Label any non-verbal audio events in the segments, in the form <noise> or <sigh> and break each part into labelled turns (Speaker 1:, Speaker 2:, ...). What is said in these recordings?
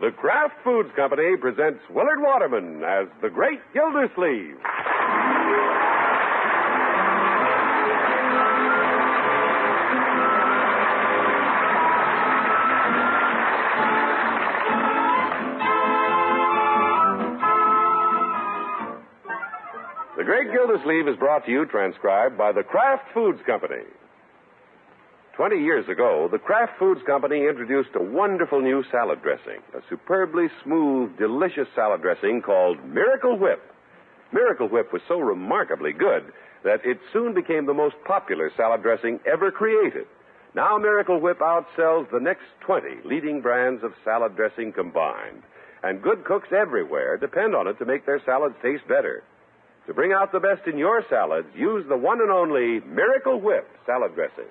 Speaker 1: The Kraft Foods Company presents Willard Waterman as the Great Gildersleeve. The Great Gildersleeve is brought to you, transcribed by the Kraft Foods Company. Twenty years ago, the Kraft Foods Company introduced a wonderful new salad dressing, a superbly smooth, delicious salad dressing called Miracle Whip. Miracle Whip was so remarkably good that it soon became the most popular salad dressing ever created. Now Miracle Whip outsells the next 20 leading brands of salad dressing combined, and good cooks everywhere depend on it to make their salads taste better. To bring out the best in your salads, use the one and only Miracle Whip salad dressing.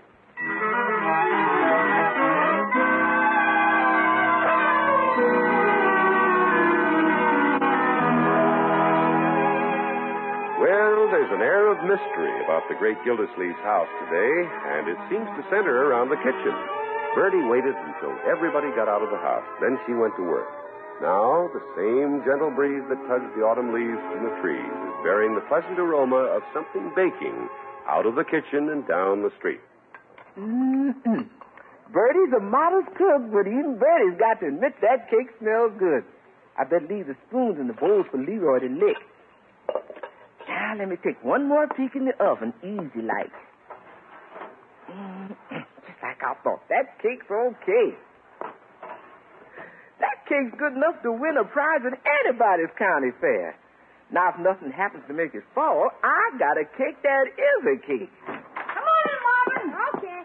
Speaker 1: Well, there's an air of mystery about the great Gildersleeve's house today, and it seems to center around the kitchen. Bertie waited until everybody got out of the house. Then she went to work. Now, the same gentle breeze that tugs the autumn leaves from the trees is bearing the pleasant aroma of something baking out of the kitchen and down the street.
Speaker 2: Mm-mm. Mm-hmm. Bertie's a modest cook, but even Bertie's got to admit that cake smells good. I better leave the spoons and the bowls for Leroy to lick. Now, let me take one more peek in the oven, easy like. Mm, Just like I thought. That cake's okay. That cake's good enough to win a prize at anybody's county fair. Now, if nothing happens to make it fall, I got a cake that is a cake.
Speaker 3: Come on in, Marvin. Okay.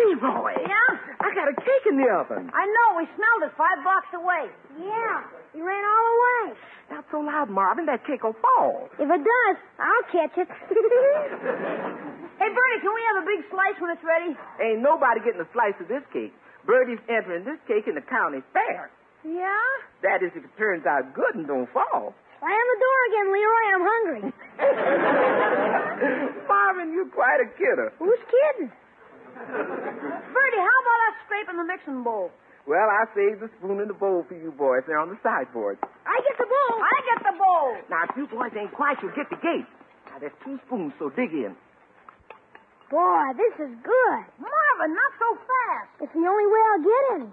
Speaker 2: Leroy.
Speaker 3: Yeah?
Speaker 2: I got a cake in the oven.
Speaker 3: I know. We smelled it five blocks away.
Speaker 4: Yeah, you ran all the way.
Speaker 2: Not so loud, Marvin. That cake will fall.
Speaker 4: If it does, I'll catch it.
Speaker 3: Hey, Bernie, can we have a big slice when it's ready?
Speaker 2: <laughs> Ain't nobody getting a slice of this cake. Birdie's entering this cake in the county fair.
Speaker 3: Yeah?
Speaker 2: That is, if it turns out good and don't fall. <laughs>
Speaker 4: Slam the door again, Leroy. I'm hungry.
Speaker 2: Marvin, you're quite a kidder.
Speaker 4: Who's
Speaker 3: <laughs>
Speaker 4: kidding?
Speaker 3: Bertie, how about us scraping the mixing bowl?
Speaker 2: Well, I saved the spoon and the bowl for you boys. They're on the sideboard.
Speaker 3: I get the bowl. I get the bowl.
Speaker 2: Now, if you boys ain't quiet, you'll get the gate. Now, there's two spoons, so dig in.
Speaker 4: Boy, this is good.
Speaker 3: Marvin, not so fast.
Speaker 4: It's the only way I'll get any.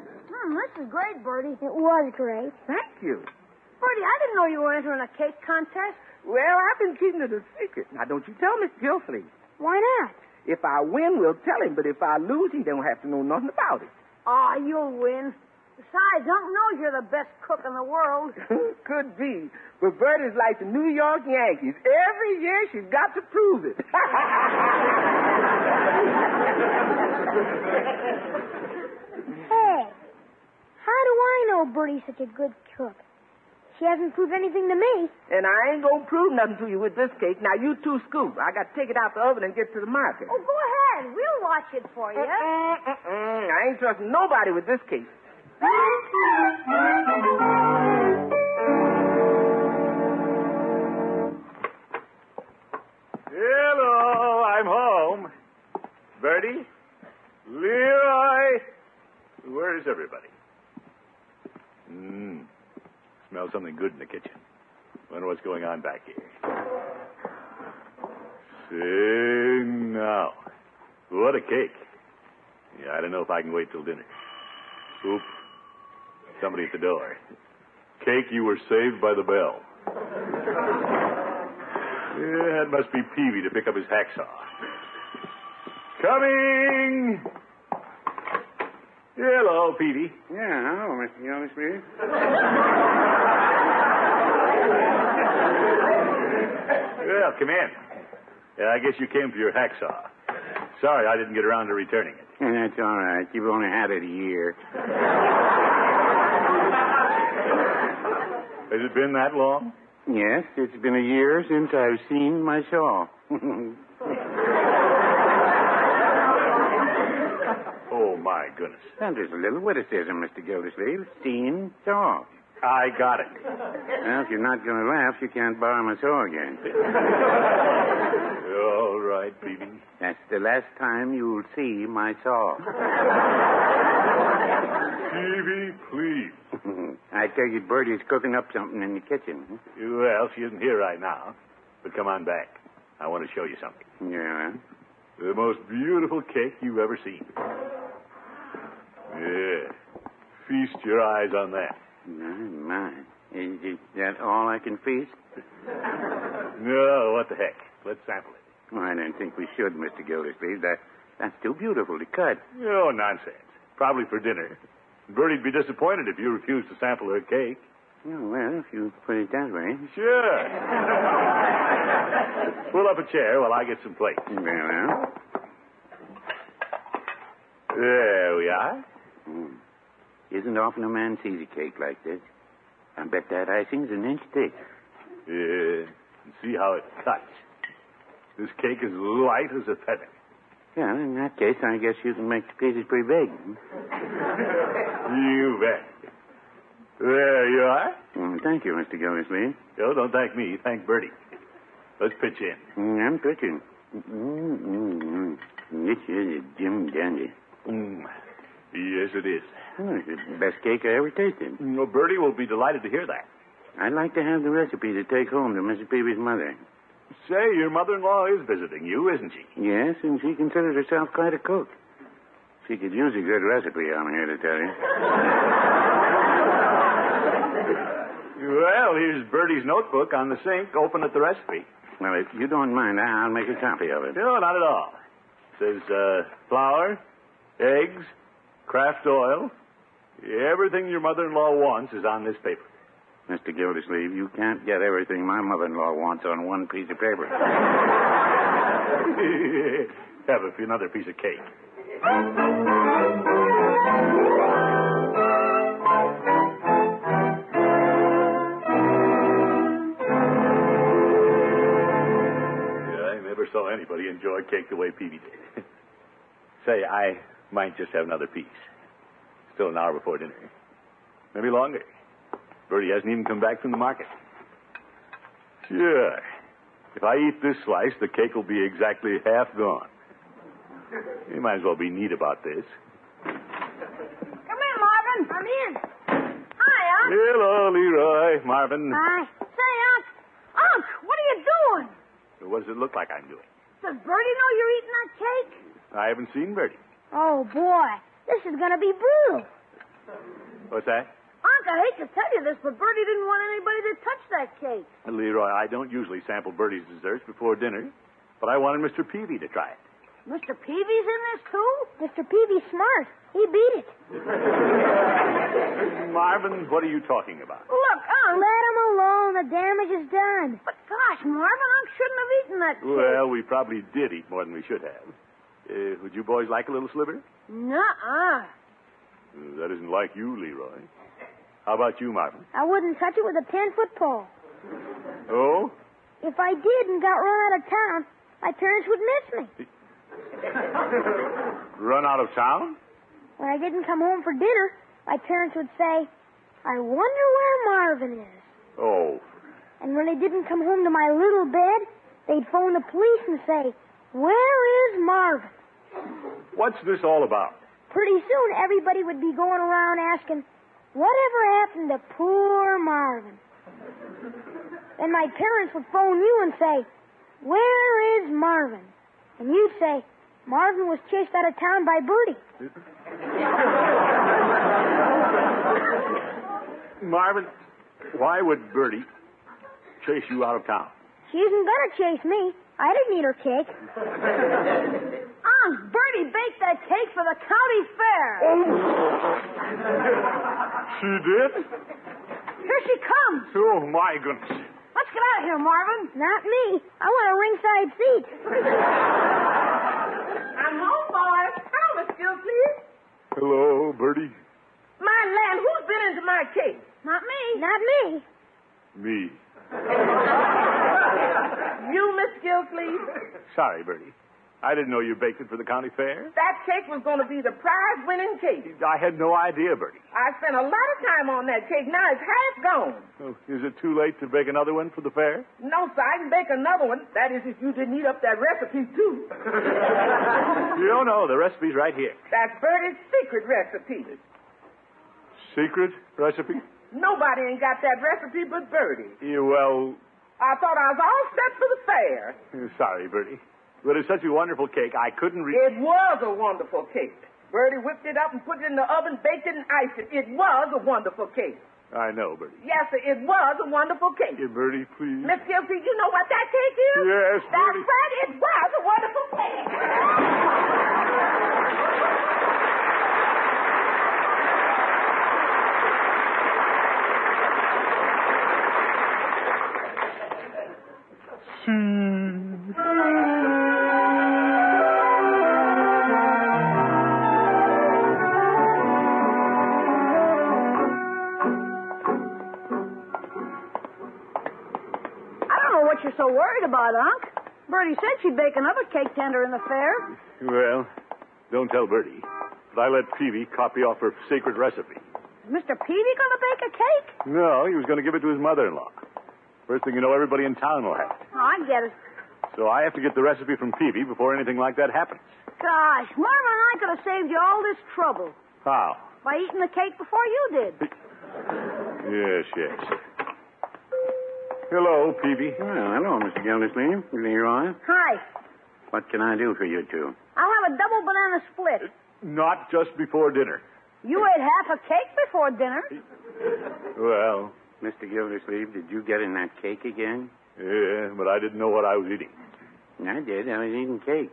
Speaker 3: <laughs> Hmm, this is great, Bertie.
Speaker 4: It was great.
Speaker 2: Thank you.
Speaker 3: Bertie, I didn't know you were entering a cake contest.
Speaker 2: Well, I've been keeping it a secret. Now, don't you tell Miss Gilfrey.
Speaker 4: Why not?
Speaker 2: If I win, we'll tell him, but if I lose, he don't have to know nothing about it.
Speaker 3: Aw,
Speaker 2: <laughs>
Speaker 3: Ah, you'll win. Besides, Unc knows you're the best cook in the world.
Speaker 2: Could be. But Bertie's like the New York Yankees. Every year she's got to prove it. <laughs>
Speaker 4: Hey, how do I know Bertie's such a good cook? She hasn't proved anything to me.
Speaker 2: and I ain't gonna prove nothing to you with this cake. Now you two scoop. I gotta take it out the oven and get to the market.
Speaker 3: Oh, go ahead. We'll watch it for you.
Speaker 2: Mm, mm, mm. I ain't trusting nobody with this cake.
Speaker 5: Hello, I'm home. Bertie? Leroy? Where is everybody? Mmm. Smells something good in the kitchen. Wonder what's going on back here. Sing now. What a cake. Yeah, I don't know if I can wait till dinner. Oop. Somebody at the door. Cake, you were saved by the bell. Yeah, that must be Peavy to pick up his hacksaw. Coming! Hello, Peavy.
Speaker 6: Yeah, hello, Mr. Gildersleeve.
Speaker 5: Well, come in. Yeah, I guess you came for your hacksaw. Sorry I didn't get around to returning it.
Speaker 6: That's all right. You've only had it a year.
Speaker 5: Has it been that long?
Speaker 6: Yes, it's been a year since I've seen my <laughs> shawl.
Speaker 5: Oh, my goodness.
Speaker 6: that is a little witticism, Mr. Gildersleeve. Seen shawl.
Speaker 5: I got it.
Speaker 6: Well, if you're not going to laugh, you can't borrow my shawl again.
Speaker 5: All right, Peavy.
Speaker 6: That's the last time you'll see my shawl.
Speaker 5: Peavy, Davy, please.
Speaker 6: <laughs> I tell you, Bertie's cooking up something in the kitchen.
Speaker 5: Well, she isn't here right now, but come on back. I want to show you something.
Speaker 6: Yeah.
Speaker 5: The most beautiful cake you've ever seen. Yeah. Feast your eyes on that.
Speaker 6: My, my. Is, is that all I can feast?
Speaker 5: No, what the heck. Let's sample it.
Speaker 6: Well, I don't think we should, Mr. Gildersleeve. That, that's too beautiful to cut.
Speaker 5: Oh, nonsense. Probably for dinner. Bertie'd be disappointed if you refused to sample her cake.
Speaker 6: Yeah, well, if you put it that way.
Speaker 5: Sure. Pull up a chair while I get some plates.
Speaker 6: Well,
Speaker 5: There we are.
Speaker 6: mm. isn't often a man sees a cake like this. I bet that icing's an inch thick.
Speaker 5: Yeah. And see how it cuts. This cake is light as a feather.
Speaker 6: Yeah, in that case, I guess you can make the pieces pretty big.
Speaker 5: You bet. There you are.
Speaker 6: Mm, thank you, Mr. Gildersleeve.
Speaker 5: Oh, don't thank me. Thank Bertie. Let's pitch in.
Speaker 6: Mm, I'm pitching. Mm, mm, mm. This is a Jim Dandy.
Speaker 5: Mm. Yes, it is.
Speaker 6: Oh, it's the best cake I ever tasted.
Speaker 5: Well, Bertie will be delighted to hear that.
Speaker 6: I'd like to have the recipe to take home to Mrs. Peavy's mother.
Speaker 5: Say, your mother-in-law is visiting you, isn't she?
Speaker 6: Yes, and she considers herself quite a cook. She could use a good recipe, I'm here to tell you.
Speaker 5: Well, here's Bertie's notebook on the sink. Open at the recipe.
Speaker 6: Well, if you don't mind, I- I'll make a copy of it.
Speaker 5: No, not at all. Says uh, flour, eggs, craft oil. Everything your mother-in-law wants is on this paper.
Speaker 6: Mr. Gildersleeve, you can't get everything my mother-in-law wants on one piece of paper.
Speaker 5: <laughs> Have a few, another piece of cake. Yeah, I never saw anybody enjoy cake the way Peavy did. <laughs> Say, I might just have another piece. Still an hour before dinner. Maybe longer. Bertie hasn't even come back from the market. Sure. If I eat this slice, the cake will be exactly half gone. You might as well be neat about this.
Speaker 3: Come in, Marvin. I'm in. Hi, Unc.
Speaker 5: Hello, oh, Leroy, Marvin.
Speaker 3: Hi. Say, Unc. Unc, what are you doing?
Speaker 5: What does it look like I'm doing?
Speaker 3: Does Bertie know you're eating that cake?
Speaker 5: I haven't seen Bertie.
Speaker 4: Oh, boy. This is going to be brutal.
Speaker 5: What's that?
Speaker 3: Unc, I hate to tell you this, but Bertie didn't want anybody to touch that cake.
Speaker 5: Leroy, I don't usually sample Bertie's desserts before dinner, but I wanted Mr. Peavy to try it.
Speaker 3: Mr. Peavy's in this, too?
Speaker 4: Mr. Peavy's smart. He beat it.
Speaker 5: Marvin, what are you talking about?
Speaker 3: Look,
Speaker 4: Let
Speaker 3: Unc.
Speaker 4: him alone. The damage is done.
Speaker 3: But gosh, Marvin, Unc shouldn't have eaten that cake.
Speaker 5: Well, we probably did eat more than we should have. Uh, would you boys like a little sliver?
Speaker 3: Nuh-uh.
Speaker 5: That isn't like you, Leroy. How about you, Marvin?
Speaker 4: I wouldn't touch it with a ten-foot pole.
Speaker 5: Oh?
Speaker 4: If I did and got run out of town, my parents would miss me.
Speaker 5: <laughs> Run out of town?
Speaker 4: When I didn't come home for dinner, my parents would say, I wonder where Marvin is.
Speaker 5: Oh,
Speaker 4: And when they didn't come home to my little bed, they'd phone the police and say, Where is Marvin?
Speaker 5: what's this all about?
Speaker 4: Pretty soon, everybody would be going around asking, Whatever happened to poor Marvin? Then my parents would phone you and say, Where is Marvin? And you'd say, Marvin was chased out of town by Bertie.
Speaker 5: Marvin, why would Bertie chase you out of town?
Speaker 4: She isn't gonna chase me. I didn't eat her
Speaker 3: <laughs>
Speaker 4: cake.
Speaker 3: Unc, Bertie baked that cake for the county fair.
Speaker 5: She did?
Speaker 3: Here she comes.
Speaker 5: Oh, my goodness.
Speaker 3: Let's get out of here, Marvin.
Speaker 4: Not me. I want a ringside seat.
Speaker 3: I'm home, boys. Hello, Miss Gill, please.
Speaker 5: Hello, Bertie.
Speaker 3: My land, who's been into my
Speaker 2: <laughs>
Speaker 3: cake? Not me.
Speaker 4: Not me.
Speaker 5: Me.
Speaker 3: You, Miss Gill, please.
Speaker 5: Sorry, Bertie. I didn't know you baked it for the county fair.
Speaker 7: That cake was going to be the prize winning cake.
Speaker 5: I had no idea, Bertie.
Speaker 7: I spent a lot of time on that cake. Now it's half gone.
Speaker 5: Oh, is it too late to bake another one for the <laughs> fair?
Speaker 7: No, sir, I can bake another one. That is, if you didn't eat up that recipe, too.
Speaker 5: You don't know. The recipe's right here.
Speaker 7: That's Bertie's secret recipe.
Speaker 5: secret <laughs> recipe?
Speaker 7: Nobody ain't got that recipe but Bertie.
Speaker 5: Yeah, well,
Speaker 7: I thought I was all set for the fair.
Speaker 5: sorry, Bertie. But it's such a wonderful cake, I couldn't re-
Speaker 7: It was a wonderful cake. Bertie whipped it up and put it in the oven, baked it and iced it. It was a wonderful cake.
Speaker 5: I know, Bertie.
Speaker 7: Yes, sir, it was a wonderful cake.
Speaker 5: Yeah, Bertie, please.
Speaker 7: Miss Gilsey, you know what that cake is?
Speaker 5: Yes,
Speaker 7: That's
Speaker 5: Bertie.
Speaker 7: right, it was a wonderful cake.
Speaker 3: I don't know what you're so worried about, Unc. Bertie said she'd bake another cake tender in the fair.
Speaker 5: Well, don't tell Bertie. But I let Peavy copy off her secret recipe.
Speaker 3: Is Mr. Peavy going to bake a cake?
Speaker 5: No, he was going to give it to his mother-in-law. First thing you know, everybody in town will have it.
Speaker 3: Oh, I get it.
Speaker 5: So I have to get the recipe from Peavy before anything like that happens.
Speaker 3: Gosh, Mortimer and I could have saved you all this trouble
Speaker 5: How?
Speaker 3: by eating the cake before you did.
Speaker 5: Yes, yes. Hello, Peavy.
Speaker 6: Well, hello, Mr. Gildersleeve. Leroy,
Speaker 3: Hi.
Speaker 6: what can I do for you two?
Speaker 3: I'll have a double banana split.
Speaker 5: Not just before dinner.
Speaker 3: You ate half a cake before dinner.
Speaker 5: Well,
Speaker 6: Mr. Gildersleeve, did you get in that cake again?
Speaker 5: yeah, but I didn't know what I was eating.
Speaker 6: I did. I was eating cake.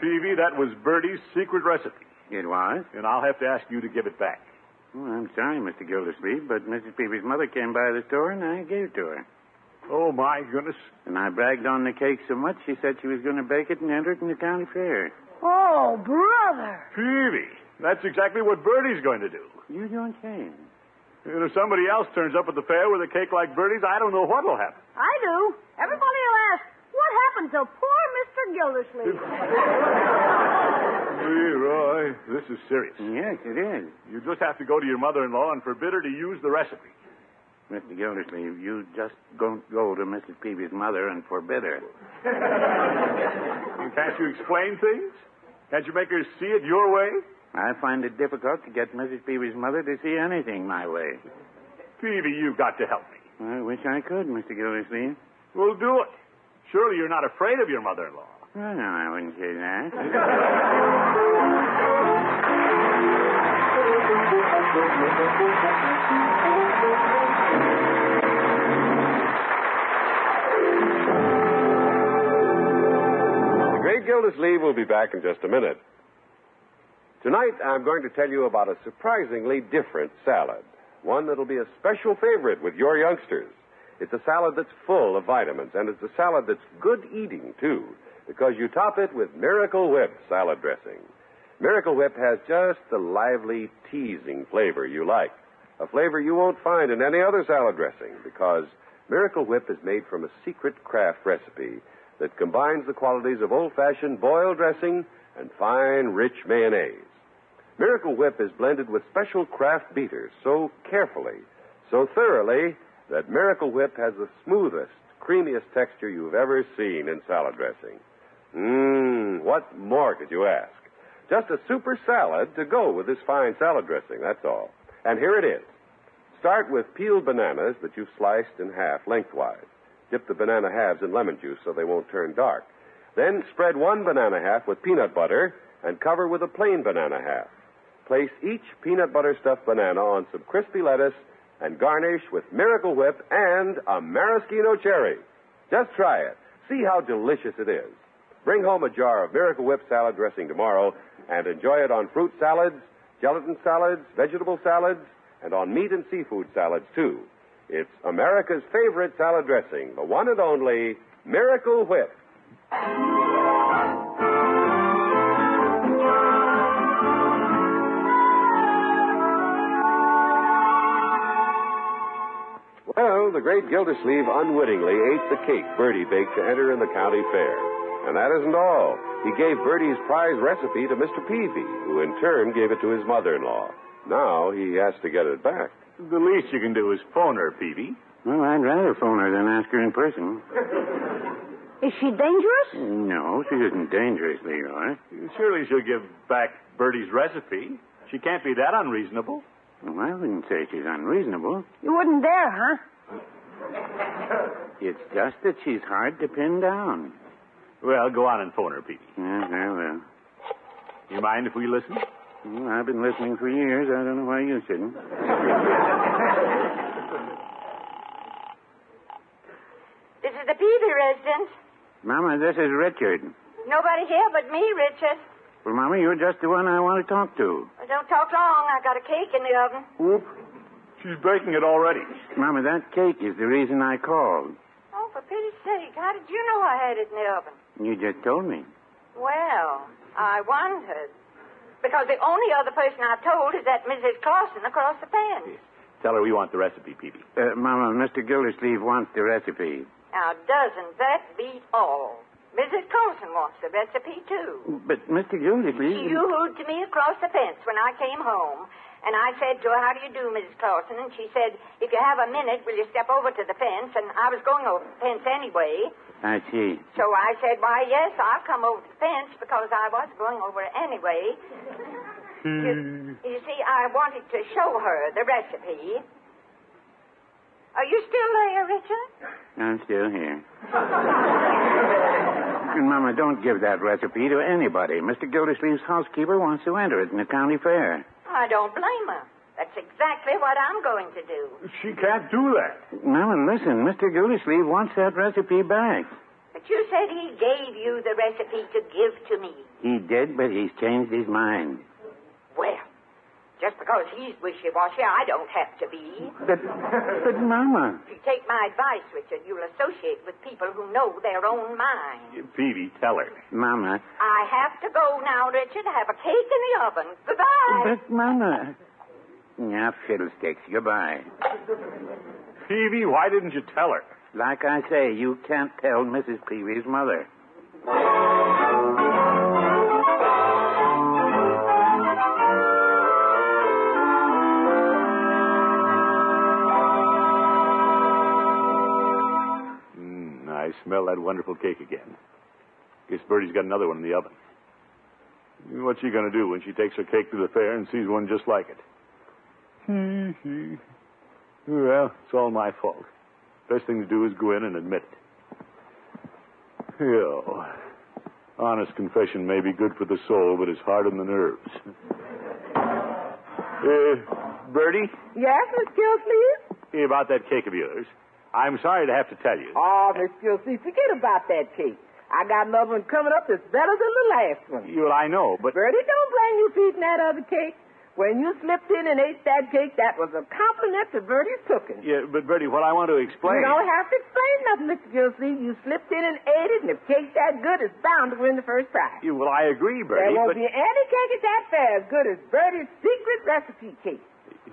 Speaker 5: Peavy, that was Bertie's secret recipe,
Speaker 6: It was?
Speaker 5: and I'll have to ask you to give it back.
Speaker 6: Well, I'm sorry, Mr. Gildersleeve, but Mrs. Peavy's mother came by the store and I gave it to her.
Speaker 5: Oh, my goodness.
Speaker 6: And I bragged on the cake so much she said she was going to bake it and enter it in the county fair.
Speaker 3: Oh, brother.
Speaker 5: Peavy, that's exactly what Bertie's going to do.
Speaker 6: You don't say.
Speaker 5: And if somebody else turns up at the fair with a cake like Bertie's, I don't know what'll happen.
Speaker 3: I do. Everybody will ask, what happened to poor Mr. Gildersleeve?
Speaker 5: Leroy, this is serious.
Speaker 6: Yes, it is.
Speaker 5: You just have to go to your mother-in-law and forbid her to use the <laughs> recipe.
Speaker 6: Mr. Gildersleeve, you just don't go to Mrs. Peavy's mother and forbid her.
Speaker 5: Can't you explain things? Can't you make her see it your way?
Speaker 6: I find it difficult to get Mrs. Peavy's mother to see anything my way.
Speaker 5: Peavy, you've got to help me.
Speaker 6: I wish I could, Mr. Gildersleeve.
Speaker 5: We'll do it. Surely you're not afraid of your mother-in-law.
Speaker 6: Well, no, I wouldn't say that.
Speaker 1: The great Gildersleeve will be back in just a minute. Tonight, I'm going to tell you about a surprisingly different salad, one that'll be a special favorite with your youngsters. It's a salad that's full of vitamins, and it's a salad that's good eating, too, because you top it with Miracle Whip salad dressing. Miracle Whip has just the lively, teasing flavor you like, a flavor you won't find in any other salad dressing, because Miracle Whip is made from a secret craft recipe that combines the qualities of old fashioned boiled dressing and fine, rich mayonnaise. Miracle Whip is blended with special craft beaters so carefully, so thoroughly, that Miracle Whip has the smoothest, creamiest texture you've ever seen in salad dressing. Mmm, what more could you ask? Just a super salad to go with this fine salad dressing, that's all. And here it is. Start with peeled bananas that you've sliced in half lengthwise. Dip the banana halves in lemon juice so they won't turn dark. Then spread one banana half with peanut butter and cover with a plain banana half. Place each peanut butter stuffed banana on some crispy lettuce and garnish with Miracle Whip and a maraschino cherry. Just try it. See how delicious it is. Bring home a jar of Miracle Whip salad dressing tomorrow and enjoy it on fruit salads, gelatin salads, vegetable salads, and on meat and seafood salads, too. It's America's favorite salad dressing, the one and only Miracle Whip. Well, the great Gildersleeve unwittingly ate the cake Bertie baked to enter in the county fair. And that isn't all. He gave Bertie's prize recipe to Mr. Peavy, who in turn gave it to his mother in law. Now he has to get it back.
Speaker 5: The least you can do is phone her, Peavy.
Speaker 6: Well, I'd rather phone her than ask her in person.
Speaker 3: Is she dangerous?
Speaker 6: No, she isn't dangerous, Leroy.
Speaker 5: Surely she'll give back Bertie's recipe. She can't be that unreasonable.
Speaker 6: Well, I wouldn't say she's unreasonable.
Speaker 3: You wouldn't dare, huh?
Speaker 6: It's just that she's hard to pin down.
Speaker 5: Well, go on and phone her, Petey.
Speaker 6: Yeah, very well.
Speaker 5: You mind if we listen?
Speaker 6: well. I've been listening for years. I don't know why you shouldn't.
Speaker 8: This is the Peavy residence.
Speaker 6: Mama, this is Richard.
Speaker 8: Nobody here but me, Richard.
Speaker 6: Well, Mama, you're just the one I want to talk to.
Speaker 8: Well, Don't talk long. I got a cake in the oven.
Speaker 5: Whoop. She's breaking it already.
Speaker 6: Mama, that cake is the reason I called.
Speaker 8: Oh, for pity's sake, how did you know I had it in the oven?
Speaker 6: You just told me.
Speaker 8: Well, I wondered. Because the only other person I told is that Mrs. Clausen across the pond.
Speaker 5: Tell her we want the recipe, Peavy.
Speaker 6: Uh, Mama, Mr. Gildersleeve wants the recipe.
Speaker 8: Now, doesn't that beat all? Mrs. Clausen wants the recipe, too.
Speaker 6: But Mr. Gildersleeve.
Speaker 8: She yoo-hooed to me across the fence when I came home. And I said to her, How do you do, Mrs. Carlson? And she said, If you have a minute, will you step over to the fence? And I was going over the fence anyway.
Speaker 6: I see.
Speaker 8: So I said, Why, yes, I'll come over to the fence because I was going over anyway. you, you see, I wanted to show her the recipe. Are you still there, Richard?
Speaker 6: I'm still here. and Mama, don't give that recipe to anybody. Mr. Gildersleeve's housekeeper wants to enter it in the county fair.
Speaker 8: I don't blame her. That's exactly what I'm going to do.
Speaker 5: She can't do that.
Speaker 6: Mama, listen, Mr. Gildersleeve wants that recipe back.
Speaker 8: But you said he gave you the recipe to give to me.
Speaker 6: He did, but he's changed his mind.
Speaker 8: Well, just because he's wishy-washy, I don't have to be.
Speaker 6: But, but Mama.
Speaker 8: If you take my advice, Richard, you'll associate with people who know their own mind.
Speaker 5: Peavy, tell her.
Speaker 6: Mama.
Speaker 8: I have to go now, Richard. Have a cake in the oven. Goodbye.
Speaker 6: But Mama. Yeah, fiddlesticks. Goodbye.
Speaker 5: Peavy, why didn't you tell her?
Speaker 6: Like I say, you can't tell Mrs. Peavy's mother.
Speaker 5: Mm, I smell that wonderful cake again. Guess Bertie's got another one in the oven. What's she going to do when she takes her cake to the fair and sees one just like it? well, it's all my fault. Best thing to do is go in and admit it. Yo, honest confession may be good for the soul, but it's hard on the nerves. Uh, Bertie,
Speaker 2: Yes, Miss Gilsleeve?
Speaker 5: about that cake of yours. I'm sorry to have to tell you.
Speaker 2: Oh, Miss Gilsleeve, forget about that cake. I got another one coming up that's better than the last one.
Speaker 5: Well, I know, but
Speaker 2: Bertie, don't blame you for eating that other cake. When you slipped in and ate that cake, that was a compliment to Bertie's cooking.
Speaker 5: yeah, but Bertie, what I want to explain.
Speaker 2: You don't have to explain nothing, Mr. Gilsleeve. You slipped in and ate it, and if cake's that good, it's bound to win the first prize.
Speaker 5: Yeah, well, I agree,
Speaker 2: there
Speaker 5: Bertie.
Speaker 2: won't
Speaker 5: But,
Speaker 2: be any cake at that fair as good as Bertie's secret recipe cake.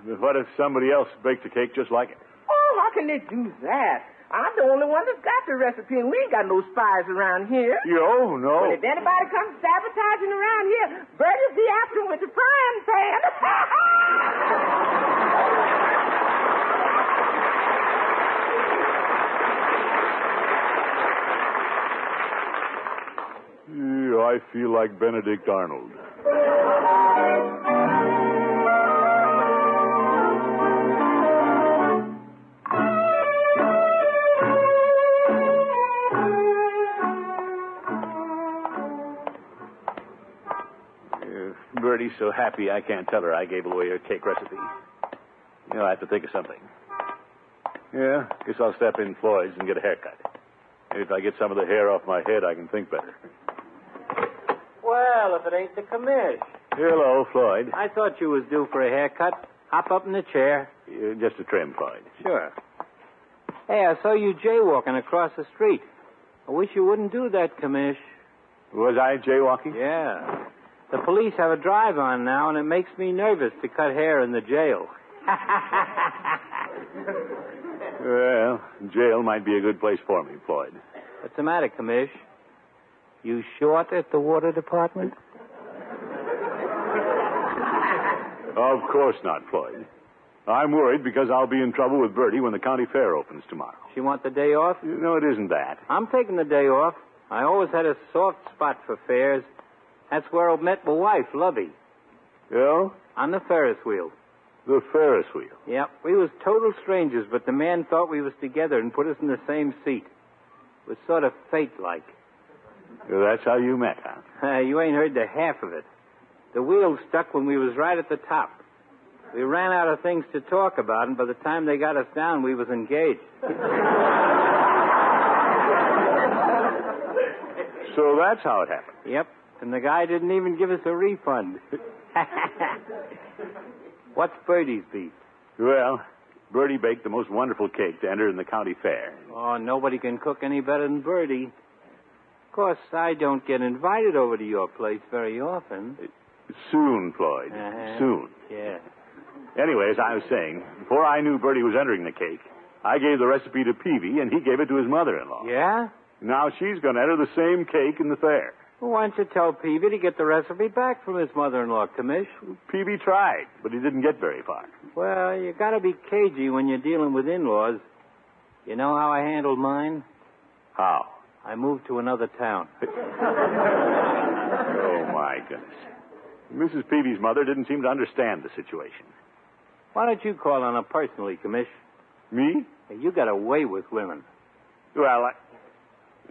Speaker 5: but what if somebody else baked a cake just like it?
Speaker 2: Oh, how can they do that? I'm the only one that's got the recipe, and we ain't got no spies around here.
Speaker 5: You, oh no!
Speaker 2: But if anybody comes sabotaging around here, Bertie'll be after him with the frying pan. <laughs>
Speaker 5: Yeah, I feel like Benedict Arnold. Uh, Bertie's so happy I can't tell her I gave away her cake recipe. You know, I have to think of something. Yeah, guess I'll step in Floyd's and get a haircut. Maybe if I get some of the hair off my head, I can think better.
Speaker 9: Well, if it ain't the commish.
Speaker 5: Hello, Floyd.
Speaker 9: I thought you was due for a haircut. Hop up in the chair.
Speaker 5: Uh, just a trim, Floyd.
Speaker 9: Sure. Hey, I saw you jaywalking across the street. I wish you wouldn't do that, commish.
Speaker 5: Was I jaywalking?
Speaker 9: Yeah. The police have a drive on now, and it makes me nervous to cut hair in the jail.
Speaker 5: Well, jail might be a good place for me, Floyd.
Speaker 9: What's the matter, commish? You short at the water department?
Speaker 5: Of course not, Floyd. I'm worried because I'll be in trouble with Bertie when the county fair opens tomorrow.
Speaker 9: She want the day off?
Speaker 5: You know, it isn't that.
Speaker 9: I'm taking the day off. I always had a soft spot for fairs. That's where I met my wife, Lovey.
Speaker 5: You know?
Speaker 9: On the Ferris wheel.
Speaker 5: The Ferris wheel.
Speaker 9: Yep. We was total strangers, but the man thought we was together and put us in the same seat. It was sort of fate-like. <laughs>
Speaker 5: That's how you met, huh?
Speaker 9: Uh, you ain't heard the half of it. The wheel stuck when we was right at the top. We ran out of things to talk about, and by the time they got us down, we was engaged.
Speaker 5: So that's how it happened.
Speaker 9: Yep. And the guy didn't even give us a refund. <laughs> What's Birdie's beef?
Speaker 5: Well, Bertie baked the most wonderful cake to enter in the county fair.
Speaker 9: Oh, nobody can cook any better than Birdie. Of course, I don't get invited over to your place very often.
Speaker 5: Soon, Floyd.
Speaker 9: Uh-huh.
Speaker 5: Soon.
Speaker 9: Yeah.
Speaker 5: Anyway, as I was saying, before I knew Bertie was entering the cake, I gave the recipe to Peavy, and he gave it to his mother-in-law.
Speaker 9: Yeah?
Speaker 5: Now she's going to enter the same cake in the fair.
Speaker 9: Well, why don't you tell Peavy to get the recipe back from his mother-in-law, Commish?
Speaker 5: Peavy tried, but he didn't get very far.
Speaker 9: Well, you gotta be cagey when you're dealing with in-laws. You know how I handled mine?
Speaker 5: How?
Speaker 9: I moved to another town.
Speaker 5: Oh, my goodness. Mrs. Peavy's mother didn't seem to understand the situation.
Speaker 9: Why don't you call on her personally, Commish?
Speaker 5: Me?
Speaker 9: You got a way with women.
Speaker 5: Well, I...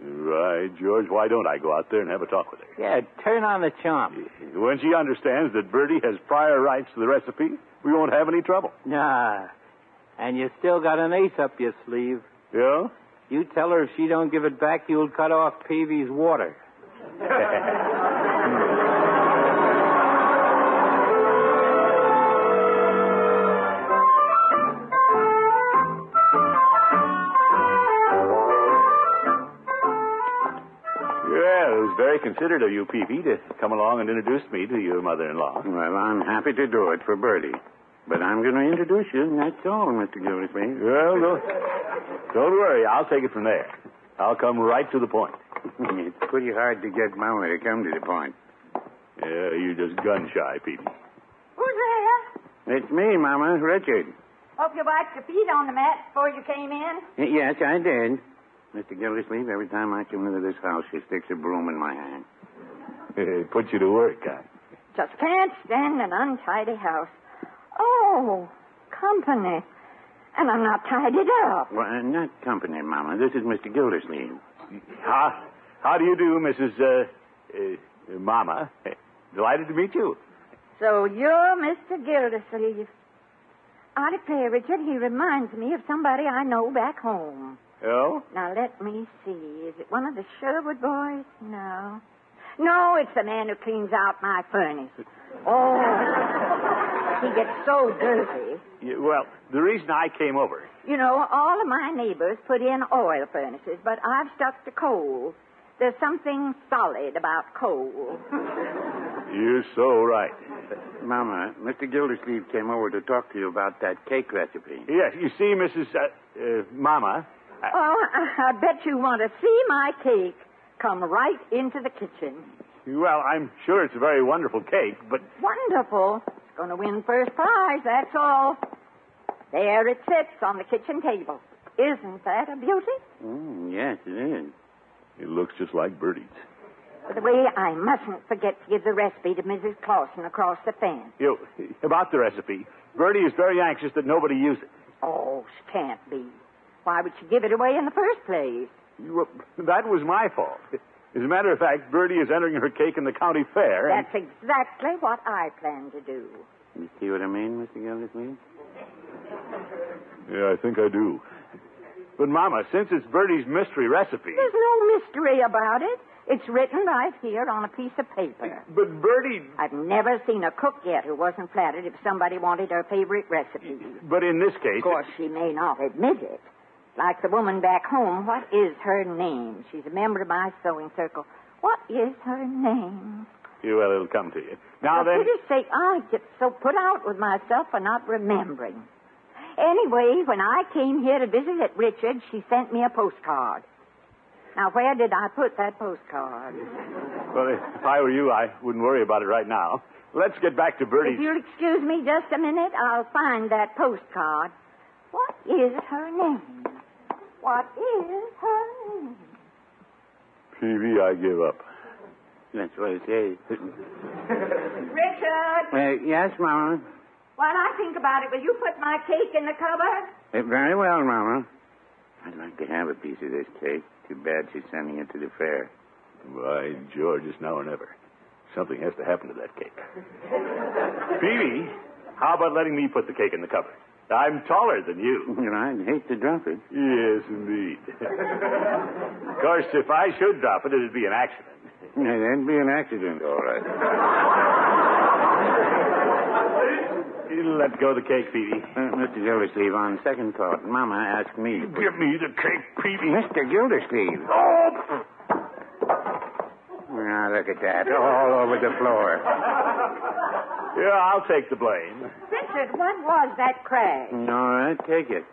Speaker 5: Right, George, why don't I go out there and have a talk with her?
Speaker 9: Yeah, turn on the charm.
Speaker 5: When she understands that Bertie has prior rights to the recipe, we won't have any trouble.
Speaker 9: Nah. And you still got an ace up your sleeve.
Speaker 5: Yeah?
Speaker 9: You tell her if she don't give it back, you'll cut off Peavy's water.
Speaker 5: Yeah, it was very considerate of you, Peavy, to come along and introduce me to your mother-in-law.
Speaker 6: Well, I'm happy to do it for Bertie. But I'm going to introduce you, and that's all, Mr. Gildersleeve.
Speaker 5: Well, don't, don't worry. I'll take it from there. I'll come right to the point.
Speaker 6: Hmm, it's pretty hard to get Mama to come to the point.
Speaker 5: Yeah, you're just gun-shy, Peavy.
Speaker 8: Who's there?
Speaker 6: It's me, Mama, Richard.
Speaker 8: Hope you wiped your feet on the mat before you came in.
Speaker 6: Y- Yes, I did. Mr. Gildersleeve, every time I come into this house, she sticks a broom in my hand.
Speaker 5: <laughs> Put you to work, huh?
Speaker 8: Just can't stand an untidy house. Oh, company. And I'm not tidied up.
Speaker 6: Well, uh, not company, Mama. This is Mr. Gildersleeve.
Speaker 5: How, how do you do, Mrs. Uh, uh, Mama? Delighted to meet you.
Speaker 8: So you're Mr. Gildersleeve. I declare, Richard, he reminds me of somebody I know back home.
Speaker 5: Oh?
Speaker 8: Now, let me see. Is it one of the Sherwood boys? No. No, it's the man who cleans out my furnace. Oh, he gets so dirty.
Speaker 5: Y- Well, the reason I came over.
Speaker 8: You know, all of my neighbors put in oil furnaces, but I've stuck to coal. There's something solid about coal.
Speaker 5: You're so right.
Speaker 6: Mama, Mr. Gildersleeve came over to talk to you about that cake recipe.
Speaker 5: Yes, you see, Mrs. Uh, uh, Mama.
Speaker 8: Oh, I bet you want to see my cake. Come right into the kitchen.
Speaker 5: Well, I'm sure it's a very wonderful cake, but
Speaker 8: Wonderful. It's going to win first prize, that's all. There it sits on the kitchen table. Isn't that a beauty?
Speaker 6: Mm, yes, it is.
Speaker 5: it looks just like Bertie's.
Speaker 8: By the way, I mustn't forget to give the recipe to Mrs. Clausen across the fence.
Speaker 5: You about the recipe. Bertie is very anxious that nobody use it.
Speaker 8: Oh, she can't be. Why would she give it away in the first place?
Speaker 5: You- that was my fault. As a matter of fact, Bertie is entering her cake in the county fair. and-
Speaker 8: That's exactly what I plan to do.
Speaker 6: You see what I mean, Mr. Gildersleeve?
Speaker 5: Yeah, I think I do. But Mama, since it's Bertie's mystery recipe,
Speaker 8: There's no mystery about it. It's written right here on a piece of paper.
Speaker 5: but Bertie,
Speaker 8: I've never seen a cook yet who wasn't flattered if somebody wanted her favorite recipe.
Speaker 5: but in this case,
Speaker 8: Of course, she may not admit it. Like the woman back home, what is her name? She's a member of my sewing circle. What is her name?
Speaker 5: well, it'll come to you. Now
Speaker 8: For
Speaker 5: then,
Speaker 8: pity's sake, I get so put out with myself for not remembering. Anyway, when I came here to visit at Richard, she sent me a postcard. Now, where did I put that postcard?
Speaker 5: well, if I were you, I wouldn't worry about it right now. Let's get back to Bertie's.
Speaker 8: If you'll excuse me just a minute, I'll find that postcard. What is her name? What is her name?
Speaker 5: PV, I give up.
Speaker 6: That's what it says.
Speaker 8: Richard,
Speaker 6: <laughs> Uh, yes, Mama.
Speaker 8: while I think about it, will you put my cake in the cupboard?
Speaker 6: Uh, very well, Mama. I'd like to have a piece of this cake. Too bad she's sending it to the fair.
Speaker 5: By George, it's now or never. Something has to happen to that cake. Peavy, how about letting me put the cake in the cupboard? I'm taller than you.
Speaker 6: You know, I'd hate to drop it.
Speaker 5: Yes, indeed. of course, if I should drop it, it'd be an accident.
Speaker 6: Yeah, That'd be an accident, all right.
Speaker 5: Let go of the cake, Peavy.
Speaker 6: Uh, Mr. Gildersleeve, on second thought, Mama asked me. to put-
Speaker 5: Give me the cake, Peavy.
Speaker 6: Mr. Gildersleeve.
Speaker 5: Oh!
Speaker 6: Now, look at that. All over the floor.
Speaker 5: Yeah, I'll take the blame.
Speaker 3: Richard, when was that crash?
Speaker 6: All right, take it.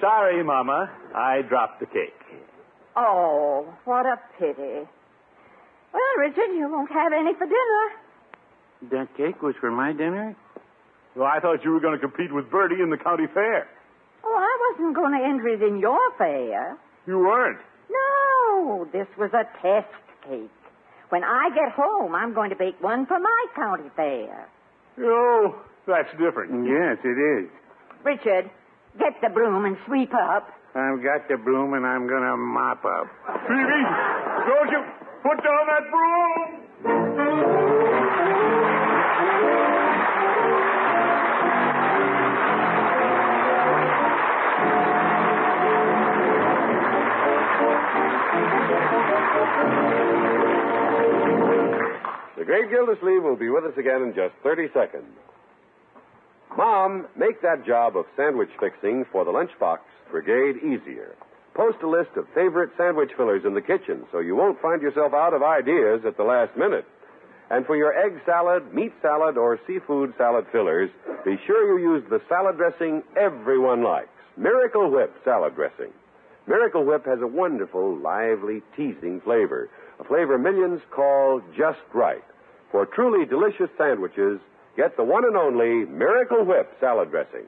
Speaker 5: Sorry, Mama. I dropped the cake.
Speaker 3: Oh, what a pity. Well, Richard, you won't have any for dinner.
Speaker 6: That cake was for my dinner?
Speaker 5: Well, I thought you were going to compete with Bertie in the county fair.
Speaker 3: Oh, I wasn't going to enter it in your fare.
Speaker 5: You weren't.
Speaker 3: No, this was a test cake. When I get home, I'm going to bake one for my county fair.
Speaker 5: Oh, that's different.
Speaker 6: Yes, it is.
Speaker 3: Richard, get the broom and sweep up.
Speaker 6: I've got the broom and I'm going to mop up.
Speaker 5: Phoebe, don't you put down that broom?
Speaker 1: The great Gildersleeve will be with us again in just 30 seconds. Mom, make that job of sandwich fixing for the lunchbox brigade easier. Post a list of favorite sandwich fillers in the kitchen so you won't find yourself out of ideas at the last minute. And for your egg salad, meat salad, or seafood salad fillers, be sure you use the salad dressing everyone likes Miracle Whip salad dressing. Miracle Whip has a wonderful, lively, teasing flavor, a flavor millions call just right. For truly delicious sandwiches, get the one and only Miracle Whip salad dressing.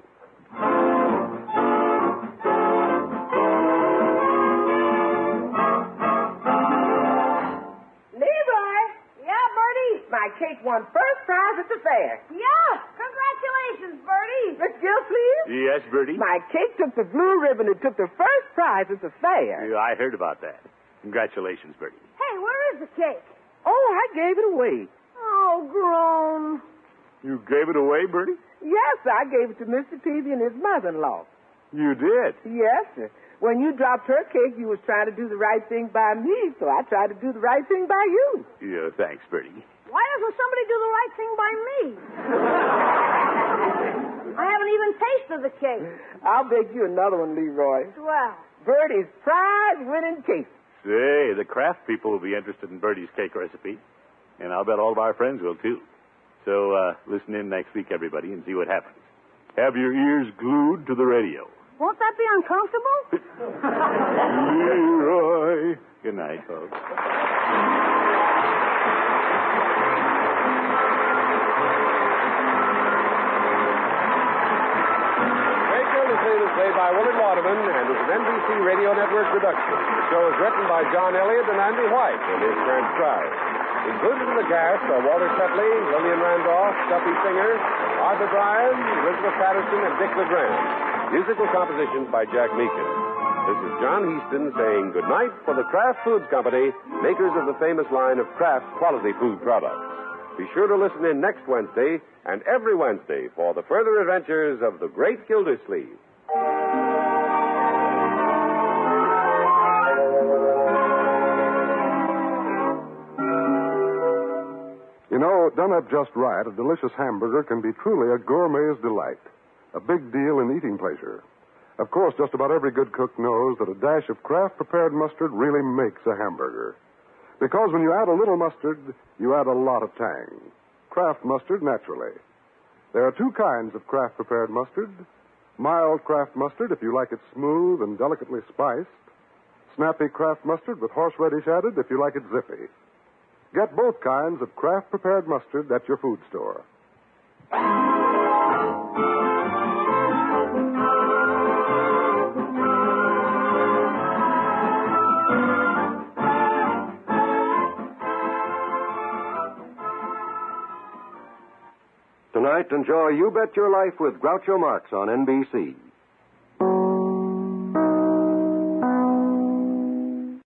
Speaker 7: Leroy,
Speaker 3: Yeah, Bertie?
Speaker 7: my cake won first prize at the fair.
Speaker 3: Yeah. Congratulations, Bertie.
Speaker 7: Miss Gilsleeve,
Speaker 5: Yes, Bertie.
Speaker 7: my cake took the blue ribbon and took the first prize at the fair.
Speaker 5: Yeah, I heard about that. Congratulations, Bertie.
Speaker 3: Hey, where is the cake?
Speaker 7: Oh, I gave it away.
Speaker 3: Oh, groan.
Speaker 5: You gave it away, Bertie?
Speaker 7: Yes, I gave it to Mr. Peavy and his mother-in-law.
Speaker 5: You did.
Speaker 7: Yes, sir. When you dropped her cake, you was trying to do the right thing by me, so I tried to do the right thing by you.
Speaker 5: Yeah, thanks, Bertie.
Speaker 3: Why doesn't somebody do the right thing by me? I haven't even tasted the cake.
Speaker 7: I'll bake you another one, Leroy.
Speaker 3: Well,
Speaker 7: Bertie's prize-winning cake.
Speaker 5: Say, the craft people will be interested in Bertie's cake recipe, and I'll bet all of our friends will too. So uh, listen in next week, everybody, and see what happens. Have your ears glued to the radio.
Speaker 3: won't that be uncomfortable?
Speaker 5: Leroy. Good night, folks.
Speaker 1: Great Gildersleeve is played by Willard Lauderman and is an NBC Radio Network production. The show is written by John Elliott and Andy White and is transcribed. Included in the cast are Walter Tetley, Lillian Randolph, Duffy Singer, Arthur Bryan, Elizabeth Patterson, and Dick LeGrand. Musical compositions by Jack Meekin. This is John Heaston saying good night for the Kraft Foods Company, makers of the famous line of Kraft quality food products. Be sure to listen in next Wednesday and every Wednesday for the further adventures of the Great Gildersleeve.
Speaker 10: You know, done up just right, a delicious hamburger can be truly a gourmet's delight, a big deal in eating pleasure. Of course, just about every good cook knows that a dash of Kraft prepared mustard really makes a hamburger. Because when you add a little mustard, you add a lot of tang. Kraft mustard, naturally. There are two kinds of Kraft prepared mustard mild Kraft mustard, if you like it smooth and delicately spiced, snappy Kraft mustard with horseradish added, if you like it zippy. Get both kinds of Kraft prepared mustard at your food store. Tonight, enjoy You Bet Your Life with Groucho Marx on NBC.